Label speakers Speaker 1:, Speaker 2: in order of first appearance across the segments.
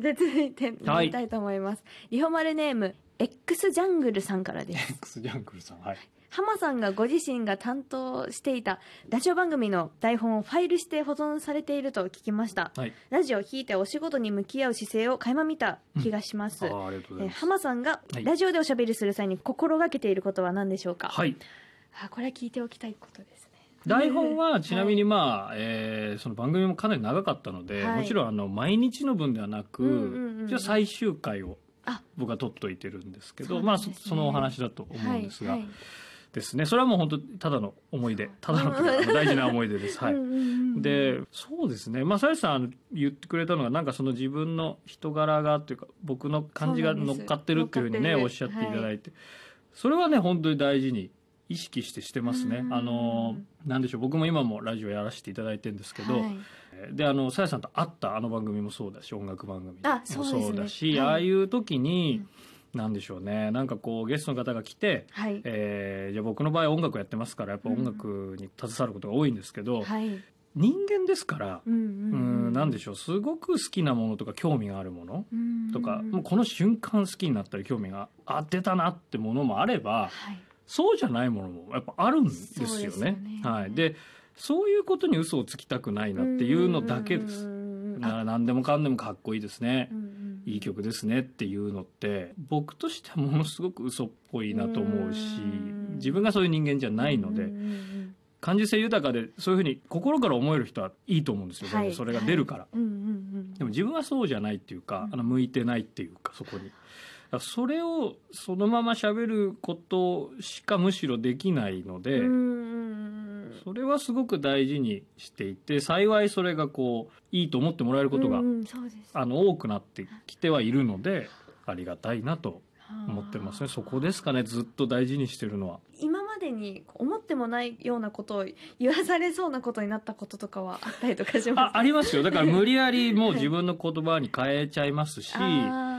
Speaker 1: で、続いて、
Speaker 2: はい
Speaker 1: いきたいと思います。リホマルネーム、X ジャングルさんからです。
Speaker 2: X ジャングルさん、はい。
Speaker 1: 浜さんがご自身が担当していたラジオ番組の台本をファイルして保存されていると聞きました。
Speaker 2: はい。
Speaker 1: ラジオを引いてお仕事に向き合う姿勢を垣間見た気がします。
Speaker 2: あーありがとうござ
Speaker 1: え
Speaker 2: い
Speaker 1: ー
Speaker 2: ます。
Speaker 1: 浜さんが
Speaker 2: はい
Speaker 1: ラジオでおしゃべりする際に心がけていることは何でしょうか、
Speaker 2: はい。
Speaker 1: あこれは聞いておきたいことですね。
Speaker 2: 台本はちなみにまあ、えーその番組もかなり長かったので、
Speaker 1: はい
Speaker 2: もちろんあの毎日の分ではなく、
Speaker 1: うんうんうん
Speaker 2: 一応最終回を
Speaker 1: あ
Speaker 2: 僕は取っといてるんですけど
Speaker 1: そう
Speaker 2: ま
Speaker 1: な
Speaker 2: あ
Speaker 1: んですね
Speaker 2: そそのお話だと思うんですが、
Speaker 1: はいはい
Speaker 2: ですねそれはもう本当にただの思い出ただの というかあの大事な思い出です。はい、
Speaker 1: うんうんうん
Speaker 2: でそうですねまあさやさんあの言ってくれたのがなんかその自分の人柄がというか僕の感じが乗っかってるっていうふうにね
Speaker 1: 乗っ
Speaker 2: おっ
Speaker 1: かっ
Speaker 2: してゃ
Speaker 1: る
Speaker 2: っていただいて、それはね本当に大事に意識してしてますね
Speaker 1: う。ん
Speaker 2: あのなんでしょう僕も今もラジオやらせていただいてるんですけど、
Speaker 1: はい
Speaker 2: えーであのさやさんと会ったあの番組もそうだし音楽番組
Speaker 1: あそう
Speaker 2: も
Speaker 1: ですね
Speaker 2: そうだし、
Speaker 1: はい
Speaker 2: ああいう時に、なんでしょうねなんかこうゲストの方が来て、
Speaker 1: はい
Speaker 2: えーじゃあ僕の場合音楽やってますからやっぱ音楽に携わることが多いんですけど、
Speaker 1: はいうん
Speaker 2: 人間ですから。
Speaker 1: うん
Speaker 2: う
Speaker 1: うん
Speaker 2: ん、なんで
Speaker 1: ょ
Speaker 2: しょう、すごく好きなものとか興味があるもの
Speaker 1: うん
Speaker 2: とか、もうこの瞬間好きになったり興味があ出たなってものもあれば、
Speaker 1: はい
Speaker 2: そうじゃないものもやっぱあるんですよね。
Speaker 1: そうですよね
Speaker 2: はい。で、そういうことに嘘をつきたくないなっていうのだけで
Speaker 1: うん
Speaker 2: す。
Speaker 1: うんうん
Speaker 2: なら何でもかんでもかっこいいですね
Speaker 1: う。んうん
Speaker 2: いい曲ですねっていうのって僕としてはものすごく嘘っぽいなと思うし
Speaker 1: うん
Speaker 2: 自分がそういう人間じゃないので
Speaker 1: うんうん
Speaker 2: 感受性豊かでそういうふうに心から思える人はいいと思うんですよ、
Speaker 1: はい
Speaker 2: それが出るから、
Speaker 1: うんうんうん
Speaker 2: でも自分はそうじゃないっていうか、
Speaker 1: うん
Speaker 2: あの向いてないっていうかそこに。だからそれをそのまま喋ることしかむしろできないので、
Speaker 1: うんうんうん
Speaker 2: それはすごく大事にしていて幸いそれがこういいと思ってもらえることが、
Speaker 1: うんうんそうです
Speaker 2: あの多くなってきてはいるのでありがたいなと思ってますねそこですかねずっと大事にしてるのは。
Speaker 1: 今までに思ってもないようなことを言わされそうなことになったこととかはあったりとかします
Speaker 2: あありますよだから無理やりもう自分の言葉に変えちゃいますし。
Speaker 1: あー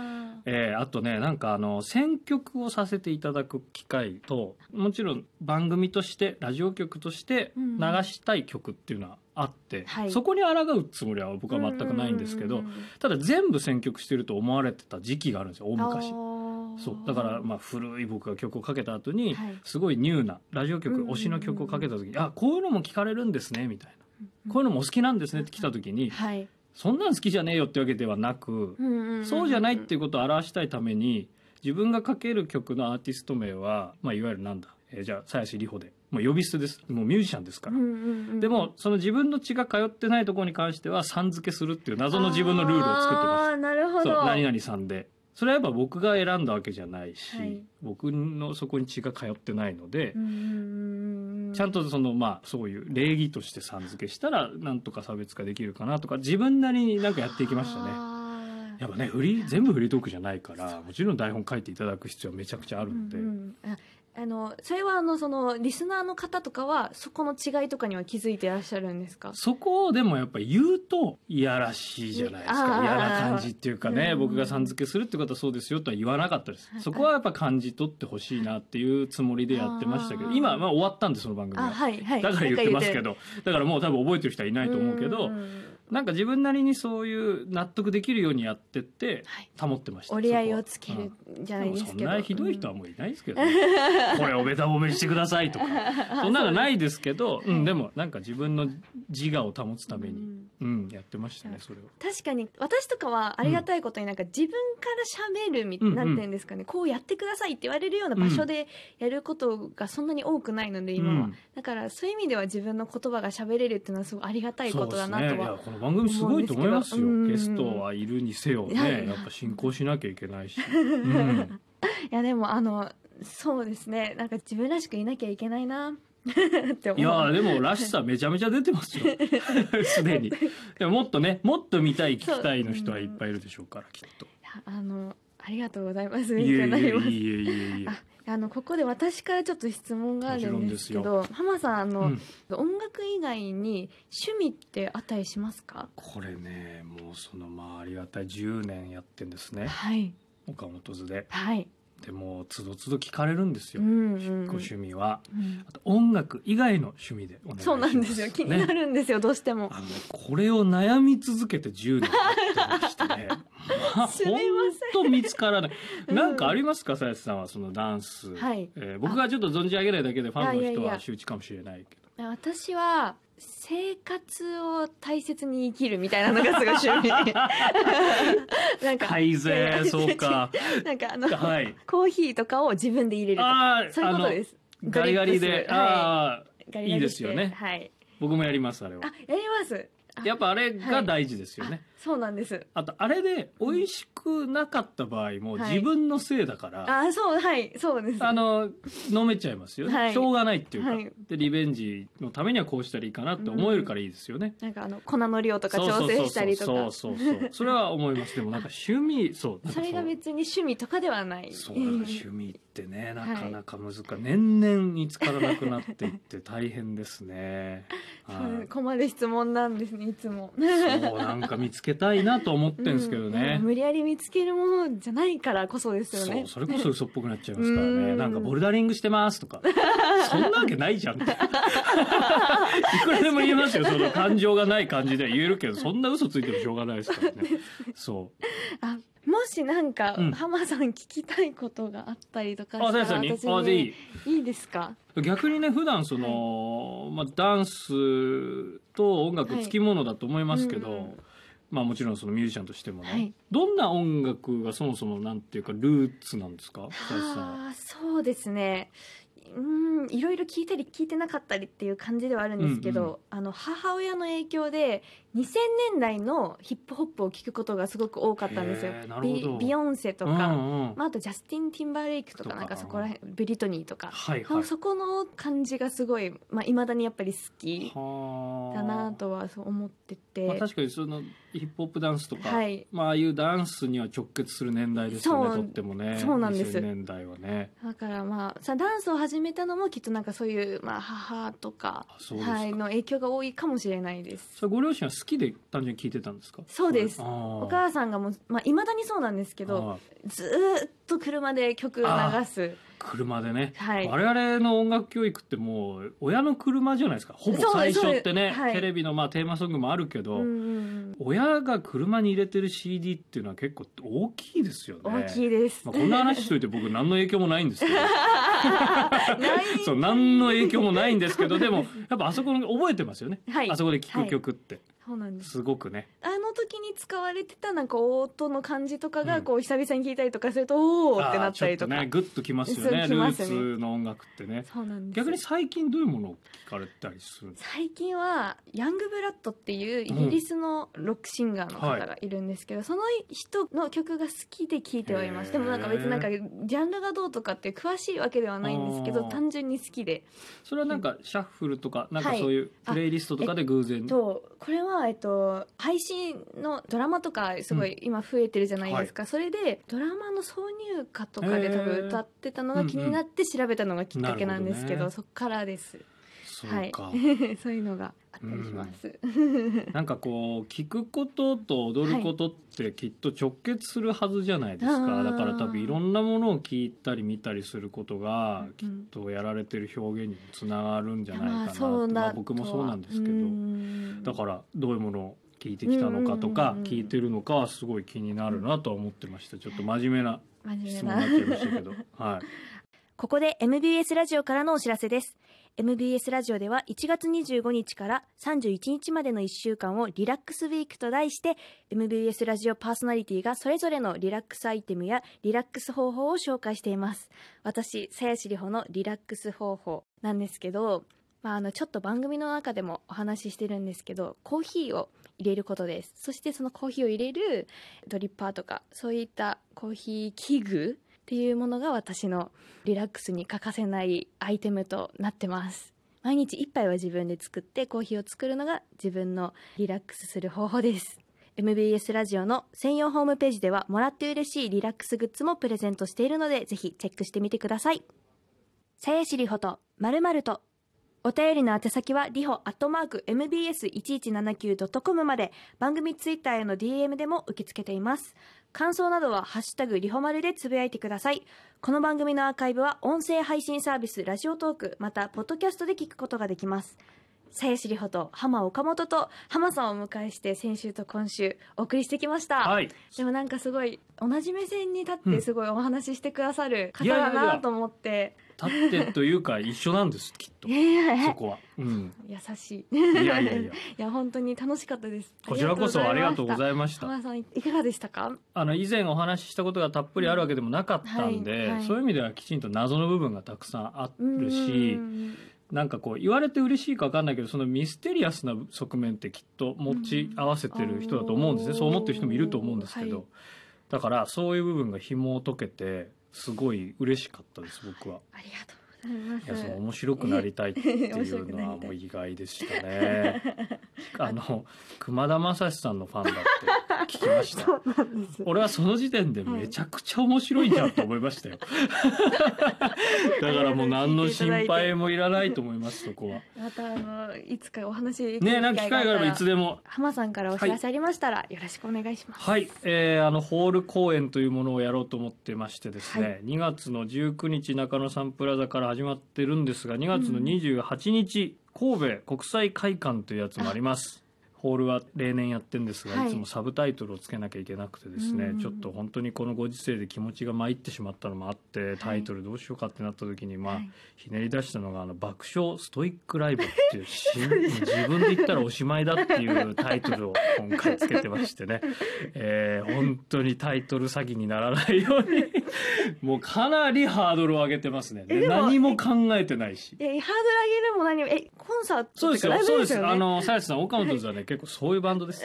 Speaker 2: えーあとねなんかあの選曲をさせていただく機会ともちろん番組としてラジオ局として
Speaker 1: うん
Speaker 2: 流したい曲っていうのはあって、
Speaker 1: はい
Speaker 2: そこに抗うつもりは僕は全くないんですけど、
Speaker 1: うううん
Speaker 2: ただ全部選曲してると思われてた時期があるんですよ大
Speaker 1: うん
Speaker 2: 昔
Speaker 1: あ。ー
Speaker 2: そうだからまあ古い僕が曲をかけた後に、
Speaker 1: はい
Speaker 2: すごいニューなラジオ
Speaker 1: うん
Speaker 2: 局
Speaker 1: うんうん
Speaker 2: 推しの曲をかけた時に「あこういうのも聴かれるんですね」みたいな「こういうのもお好きなんですね」って来た時に
Speaker 1: はい
Speaker 2: 「そんなん好きじゃねえよ」ってわけではなく
Speaker 1: うんうんん
Speaker 2: そうじゃないっていうことを表したいために自分が書ける曲のアーティスト名は、まあ、いわゆるなんだ、えーじゃあ鞘師里穂でもう呼び捨てですもうミュージシャンですから、
Speaker 1: うんうんうん
Speaker 2: でもその自分の血が通ってないところに関してはさん付けするっていう謎の自分のルールを作って
Speaker 1: あ
Speaker 2: ま
Speaker 1: ーなるほ
Speaker 2: すそう
Speaker 1: ど
Speaker 2: 何々さんでそれはやっぱ僕が選んだわけじゃないし、
Speaker 1: はい
Speaker 2: 僕のそこに血が通ってないので、
Speaker 1: うんうんうん
Speaker 2: ちゃんとそのまあそういう礼儀としてさん付けしたらなんとか差別化できるかなとか自分なりになんかやっていきましたね。
Speaker 1: あー
Speaker 2: やっぱねフリー全部フリートークじゃないからもちろん台本書いていただく必要はめちゃくちゃあるので、
Speaker 1: うんうんああのそれはあのそのリスナーの方とかはそこの違いとかには気づいていらっしゃるんですか
Speaker 2: そこをでもやっぱ言うといやらしいじゃないです
Speaker 1: あ
Speaker 2: か
Speaker 1: ー
Speaker 2: 嫌な感じっていうかね、
Speaker 1: うん
Speaker 2: 僕がさん付けするってことはそうですよとは言わなかったです、
Speaker 1: はい
Speaker 2: そこはやっぱ感じ取ってほしいなっていうつもりでやってましたけど
Speaker 1: あー
Speaker 2: 今はまあ終わったんでその番組
Speaker 1: あ
Speaker 2: は。
Speaker 1: はいはい
Speaker 2: だから言ってますけ
Speaker 1: ど
Speaker 2: どだからもう多分覚えてる人はいないと思うけどなんか自分なりにそういう納得できるようにやってって
Speaker 1: はい
Speaker 2: 保ってました
Speaker 1: 折り合いを
Speaker 2: そこは
Speaker 1: つけるじゃな
Speaker 2: で
Speaker 1: い
Speaker 2: も
Speaker 1: です
Speaker 2: そん
Speaker 1: けど
Speaker 2: なひどい人はもういないですけどね、 これをべた褒めしてくださいとか そんなのないですけど、うん、でもなんか自分の自我を保つため
Speaker 1: う
Speaker 2: に、
Speaker 1: ん
Speaker 2: うん、やってましたねそれを。
Speaker 1: 確かに私とかはありがたいことになんか自分から喋るみ、
Speaker 2: うんうん
Speaker 1: なんて言うんですかねこうやってくださいって言われるような場所でやることがそんなに多くないので今は、
Speaker 2: うん
Speaker 1: だからそういう意味では自分の言葉が喋れるっていうのはすごいありがたいことだな
Speaker 2: そうで
Speaker 1: と
Speaker 2: すねい
Speaker 1: は
Speaker 2: やこの番組すごいと思いますよ
Speaker 1: 思うん
Speaker 2: ゲ
Speaker 1: です
Speaker 2: ス
Speaker 1: けど
Speaker 2: トはいるにせよね、
Speaker 1: いやいや
Speaker 2: やっぱ進行しなきゃい けないし、うん、
Speaker 1: いやでもあのそうですねなんか自分らしくいなきゃいけないなって思う
Speaker 2: いやでもらしさめちゃめちゃ出てま すよすでにでももっとねもっと見たい聞きたいの人はいっぱいいるでしょうからきっと。
Speaker 1: いやあのありがとうございます
Speaker 2: いえ
Speaker 1: 勉強に
Speaker 2: いえい
Speaker 1: なります
Speaker 2: えいえいえいえ
Speaker 1: ああのここで私からちょっと質問があるんですけど浜さんあの、
Speaker 2: うん
Speaker 1: 音楽以外に趣味ってあったりしますか
Speaker 2: これねもうそのまあありがたい10年やってんですね
Speaker 1: はい
Speaker 2: 岡本図で
Speaker 1: はい、
Speaker 2: でもうつどつど聞かれるんです
Speaker 1: う
Speaker 2: よ、
Speaker 1: んうん
Speaker 2: ご趣味は
Speaker 1: うん
Speaker 2: あと音楽以外の趣味でお願いします
Speaker 1: そうなんですよ気にな
Speaker 2: ね
Speaker 1: るんですよ、どうしても
Speaker 2: あのねこれを悩み続けて10年やってましてねま本
Speaker 1: すみません
Speaker 2: 当見つからない。
Speaker 1: うん
Speaker 2: なんかありますか、さやさんはそのダンス。
Speaker 1: はい
Speaker 2: えー僕がちょっと存じ上げないだけで、ファン
Speaker 1: い
Speaker 2: の
Speaker 1: やいや
Speaker 2: 人
Speaker 1: いや
Speaker 2: は周知かもしれないけど。
Speaker 1: 私は生活を大切に生きるみたいなのがすごい趣 味なんか
Speaker 2: はいぜ
Speaker 1: いや
Speaker 2: そ うか。
Speaker 1: なんかあの、
Speaker 2: はい。
Speaker 1: コーヒーとかを自分で入れるとか
Speaker 2: あ
Speaker 1: そう
Speaker 2: あ、
Speaker 1: い
Speaker 2: あ
Speaker 1: うこと
Speaker 2: の、
Speaker 1: です
Speaker 2: ガリガリ
Speaker 1: ドリップ。
Speaker 2: で
Speaker 1: するは
Speaker 2: ああ、
Speaker 1: いガリガリ
Speaker 2: いいですよね
Speaker 1: してはい
Speaker 2: 僕もやります、あれ
Speaker 1: あ
Speaker 2: は。
Speaker 1: やりますあ
Speaker 2: やっぱあれが大事ですよね。
Speaker 1: あそうなんです
Speaker 2: あと、あれで美味しくなかった場合も、
Speaker 1: はい
Speaker 2: 自分のせいだから。
Speaker 1: あそうはいそうです
Speaker 2: あの飲めちゃいますよ、ね
Speaker 1: はい
Speaker 2: しょうがないっていうか、
Speaker 1: はい
Speaker 2: でリベンジのためにはこうしたらいいかなって思えるからいいですよね、
Speaker 1: なんかあの粉の量とか調整したりと
Speaker 2: そう
Speaker 1: か
Speaker 2: そうそうそうそうそれは思いますでもなんか趣味そうなんか
Speaker 1: それが
Speaker 2: う
Speaker 1: 別に趣味とかではない
Speaker 2: そうなんか趣味ってねなかなか難しい、年々見つからなくなっていって大変ですね はい
Speaker 1: 困る質問なんですねいつも
Speaker 2: そうなんか見つけたいなと思ってんですけどね、
Speaker 1: うん無理やり見つけるものじゃないからこそですよ
Speaker 2: そ
Speaker 1: ね
Speaker 2: うそれこそ嘘っぽくなっちゃいますから
Speaker 1: う
Speaker 2: ね
Speaker 1: ん
Speaker 2: なんかボルダリングしてますとかそんなわけないじゃんって いくらでも言えますよその感情がない感じでは言えるけどそんな嘘ついてもしょうがないですからねそう
Speaker 1: あもしなんか、
Speaker 2: うん
Speaker 1: 浜さん聞きたいことがあったりとか
Speaker 2: あ
Speaker 1: した
Speaker 2: さ
Speaker 1: ら
Speaker 2: やさんに
Speaker 1: 私
Speaker 2: あぜひ
Speaker 1: いいですか
Speaker 2: 逆にね普段その、まあ、ダンスと音楽つきものだと思いますけど、
Speaker 1: はいうんうん
Speaker 2: まあもちろんそのミュージシャンとしてもね、
Speaker 1: はい
Speaker 2: どんな音楽がそもそもなんていうかルーツなんですかさやさんは
Speaker 1: あーそうですねうんいろいろ聞いたり聞いてなかったりっていう感じではあるんですけど、
Speaker 2: うんう
Speaker 1: あの母親の影響で2000年代のヒップホップを聞くことがすごく多かったんですよ
Speaker 2: へーな。るほ
Speaker 1: ビ
Speaker 2: ど
Speaker 1: ビヨンセと
Speaker 2: うん
Speaker 1: か、
Speaker 2: うん
Speaker 1: まあ、あとジャスティン・ティンバーレイクとか
Speaker 2: とか
Speaker 1: なんかそこら辺ブリトニーとか、
Speaker 2: はい
Speaker 1: あ
Speaker 2: は
Speaker 1: の
Speaker 2: い
Speaker 1: そこの感じがすごいいまあ、未だにやっぱり好き
Speaker 2: は
Speaker 1: だ
Speaker 2: あ
Speaker 1: なとはそう思ってて、
Speaker 2: まあ、確かにそのヒップホップダンスとか、
Speaker 1: はい
Speaker 2: まあああいうダンスには直結する年代ですよね
Speaker 1: そう
Speaker 2: とってもね
Speaker 1: そうなんです
Speaker 2: 2000年代はね
Speaker 1: だからまあさダンスを始めたのもきっとなんかそういう、まあ、母とか
Speaker 2: あそうですか
Speaker 1: はい、の影響が多いかもしれないです。
Speaker 2: それご両親は好きで単純に聞いてたんですか
Speaker 1: そうです
Speaker 2: あ
Speaker 1: お
Speaker 2: ー
Speaker 1: 母さんがもうまあ、未だにそうなんですけど
Speaker 2: あー
Speaker 1: ずーっと車で曲を流す
Speaker 2: 車でね、
Speaker 1: はい
Speaker 2: 我々の音楽教育ってもう親の車じゃないですかほぼ
Speaker 1: そうで
Speaker 2: 最
Speaker 1: す
Speaker 2: 初ってね、
Speaker 1: そうですはい
Speaker 2: テレビのまあテーマソングもあるけど、
Speaker 1: うんうん
Speaker 2: 親が車に入れてる CD っていうのは結構大きいですよね
Speaker 1: うん大きいです、
Speaker 2: まあ、こん な話しといて僕何の影響もないんですけど そう何の影響もないんですけどでもやっぱあそこの覚えてますよね、
Speaker 1: はい
Speaker 2: あそこで聴く曲って、
Speaker 1: そうなんです
Speaker 2: すごくね
Speaker 1: あの時に使われてたなんか音の感じとか
Speaker 2: う
Speaker 1: が
Speaker 2: ん
Speaker 1: こう久々に聞いたりとかすると、おーってなったりと
Speaker 2: あーちょっ
Speaker 1: か
Speaker 2: ねグッときますよ
Speaker 1: そ
Speaker 2: ね
Speaker 1: うき
Speaker 2: ル
Speaker 1: ま
Speaker 2: ー
Speaker 1: すね
Speaker 2: ツの音楽ってね
Speaker 1: そうなんです
Speaker 2: 逆に最近どういうものを聞かれたりするんですか
Speaker 1: 最近はヤングブラッドっていうイギリスのロックシンガーの方がいるんですけど、その人の曲が好きで聴いてはいま
Speaker 2: へ
Speaker 1: す
Speaker 2: ー
Speaker 1: でもなんか別になんかジャンルがどうとかって詳しいわけではないんですけど
Speaker 2: あー
Speaker 1: 単純に好きで
Speaker 2: それはなんかシャッフルとかなんか
Speaker 1: はい
Speaker 2: そういうプレイリストとかで偶然
Speaker 1: とこれは、えっと、配信のドラマとかすごい今増えてるじゃないですか、それでドラマの挿入歌とかで多分歌ってたのが気になって調べたのがきっかけなんですけど,、
Speaker 2: うんうんなるほどね
Speaker 1: そっからです
Speaker 2: そうか、
Speaker 1: はい、 そういうのがあったりします、
Speaker 2: なんかこう聞くことと踊ることってきっと直結するはずじゃないですか、
Speaker 1: はいあー
Speaker 2: だから多分いろんなものを聞いたり見たりすることがき
Speaker 1: う
Speaker 2: っ
Speaker 1: ん
Speaker 2: とやられてる表現にもつながるんじゃないかなって、
Speaker 1: そう
Speaker 2: ま
Speaker 1: だ
Speaker 2: あ僕もそうなんですけど、だ
Speaker 1: ど
Speaker 2: からどういうものを聞いてきたのかとか、
Speaker 1: うんうんうんうん
Speaker 2: 聞いてるのかはすごい気になるなとは思ってましたちょっと真面目な
Speaker 1: ら
Speaker 2: 質問になっちゃいましたけどはい。
Speaker 1: ここで MBS ラジオからのお知らせです。MBS ラジオでは1月25日から31日までの1週間をリラックスウィークと題して MBS ラジオパーソナリティがそれぞれのリラックスアイテムやリラックス方法を紹介しています。私、鞘師里穂のリラックス方法なんですけど、まあ、あのちょっと番組の中でもお話ししてるんですけどコーヒーを入れることですそしてそのコーヒーを入れるドリッパーとかそういったコーヒー器具っていうものが私のリラックスに欠かせないアイテムとなってます毎日一杯は自分で作ってコーヒーを作るのが自分のリラックスする方法です MBS ラジオの専用ホームページではもらって嬉しいリラックスグッズもプレゼントしているのでぜひチェックしてみてくださいさやしりほとまるまるとお便りの宛先は、リホアットマーク mbs1179.com まで、番組ツイッターへの DM でも受け付けています。感想などは、ハッシュタグ、リホマルでつぶやいてください。この番組のアーカイブは、音声配信サービス、ラジオトーク、また、ポッドキャストで聞くことができます。さやしりほと浜岡本と浜さんをお迎えして先週と今週お送りしてきました、
Speaker 2: はい。
Speaker 1: でもなんかすごい同じ目線に立っ
Speaker 2: う
Speaker 1: て
Speaker 2: ん
Speaker 1: すごいお話ししてくださる方
Speaker 2: いやいや
Speaker 1: だ
Speaker 2: いや
Speaker 1: なと思って、
Speaker 2: 立ってというか一緒なんですきっと
Speaker 1: いやいやいや
Speaker 2: そこは。うん。
Speaker 1: 優しい。
Speaker 2: いやいやいや
Speaker 1: いや本当に楽しかったです。
Speaker 2: こちらこそありがとうご
Speaker 1: いま
Speaker 2: ざいまし。
Speaker 1: した 浜田さんいかがでしたか？
Speaker 2: あの以前お話ししたことがたっぷりあるわけでもなかったんで、
Speaker 1: うんはいはい
Speaker 2: そういう意味ではきちんと謎の部分がたくさんあ
Speaker 1: うーん
Speaker 2: るし、なんかこう言われて嬉しいか分かんないけどそのミステリアスな側面ってきっと持ち合わせてる人だと思うんですね、
Speaker 1: うん
Speaker 2: そう思ってる人もいると思うんですけど、
Speaker 1: はい
Speaker 2: だからそういう部分が紐を解けてすごい嬉しかったです僕は。
Speaker 1: ありが
Speaker 2: い
Speaker 1: とうご
Speaker 2: やそ
Speaker 1: ざい
Speaker 2: の
Speaker 1: ま
Speaker 2: 面白くなりたいっていうのは
Speaker 1: 面白くなりたい
Speaker 2: もう意外でした ね。あの熊田正史さんのファンだって聞きまし
Speaker 1: す。
Speaker 2: た。
Speaker 1: そうなんです。
Speaker 2: 俺はその時点でめちゃくちゃ面白いじゃんと思いました よ。だからもう何の心配もいらないと思います、そこは。
Speaker 1: またあのいつかお話できる
Speaker 2: ねなんか機会があればいつ
Speaker 1: で
Speaker 2: でも。
Speaker 1: 浜さんからお知らせありましたら、よろしくお願いします。
Speaker 2: はい、えーあのホール公演というものをやろうと思ってましてですね、
Speaker 1: は
Speaker 2: 2月の19日中野サンプラザから始まってるんですが2月の28日、神戸国際会館というやつもあります。ホールは例年やってんですが、
Speaker 1: はい
Speaker 2: い、つもサブタイトルをつけなきゃいけなくてですね、
Speaker 1: うん
Speaker 2: ちょっと本当にこのご時世で気持ちが参ってしまったのもあってタイトルどうしようかってなった時に、まあ、
Speaker 1: はい
Speaker 2: ひねり出したのがあの爆笑ストイックライブって いうしもう自分で言ったらおしまいだっていうタイトルを今回つけてま してね、えー本当にタイトル詐欺にならないように もうかなりハードルを上げてますね
Speaker 1: えでも
Speaker 2: 何も考えてないし。
Speaker 1: いやハードル上げるも何もえコンサート
Speaker 2: そうです
Speaker 1: と
Speaker 2: よ
Speaker 1: かライ
Speaker 2: そ
Speaker 1: ブ
Speaker 2: うで
Speaker 1: です
Speaker 2: す
Speaker 1: よね。
Speaker 2: あのさやさん岡本さんはね結構そういうバンドです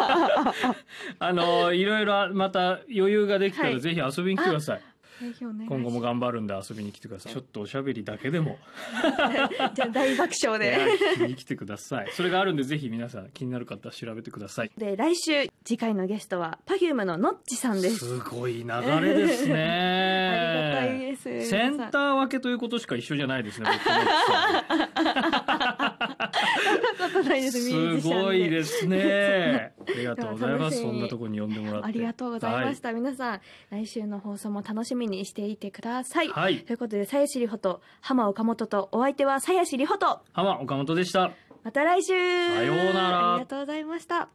Speaker 2: あのいろいろまた余裕ができた
Speaker 1: は
Speaker 2: ら
Speaker 1: い
Speaker 2: ぜひ遊びに来てください、
Speaker 1: ぜひお願いします
Speaker 2: 今後も頑張るんで遊びに来てくださいちょっとおしゃべりだけでも
Speaker 1: じゃあ大爆笑
Speaker 2: ね
Speaker 1: で。
Speaker 2: 聞きに来てください。それがあるんで、ぜひ皆さん気になる方は調べてください。
Speaker 1: で来週次回のゲストは Perfume のノッチさんです。
Speaker 2: すごい流れですね。
Speaker 1: ありがたいです。
Speaker 2: セン
Speaker 1: 皆さん
Speaker 2: ター分けということしか一緒じゃないですね。 僕の奥
Speaker 1: ことないです。ミュージ
Speaker 2: さん
Speaker 1: シ
Speaker 2: す
Speaker 1: ャンで
Speaker 2: ごいで すね。ありがとうございま
Speaker 1: 楽し
Speaker 2: す。
Speaker 1: み
Speaker 2: そんなとこに呼んでもらって。
Speaker 1: ありがとうございまし
Speaker 2: は
Speaker 1: た。皆さん、来週の放送も楽しみにしていてください。
Speaker 2: い。はい、
Speaker 1: ということで、さやしりほと、浜岡本と、お相手はさやしりほと、
Speaker 2: 浜岡本でした。
Speaker 1: また来週
Speaker 2: さようなら
Speaker 1: ありがとうございました。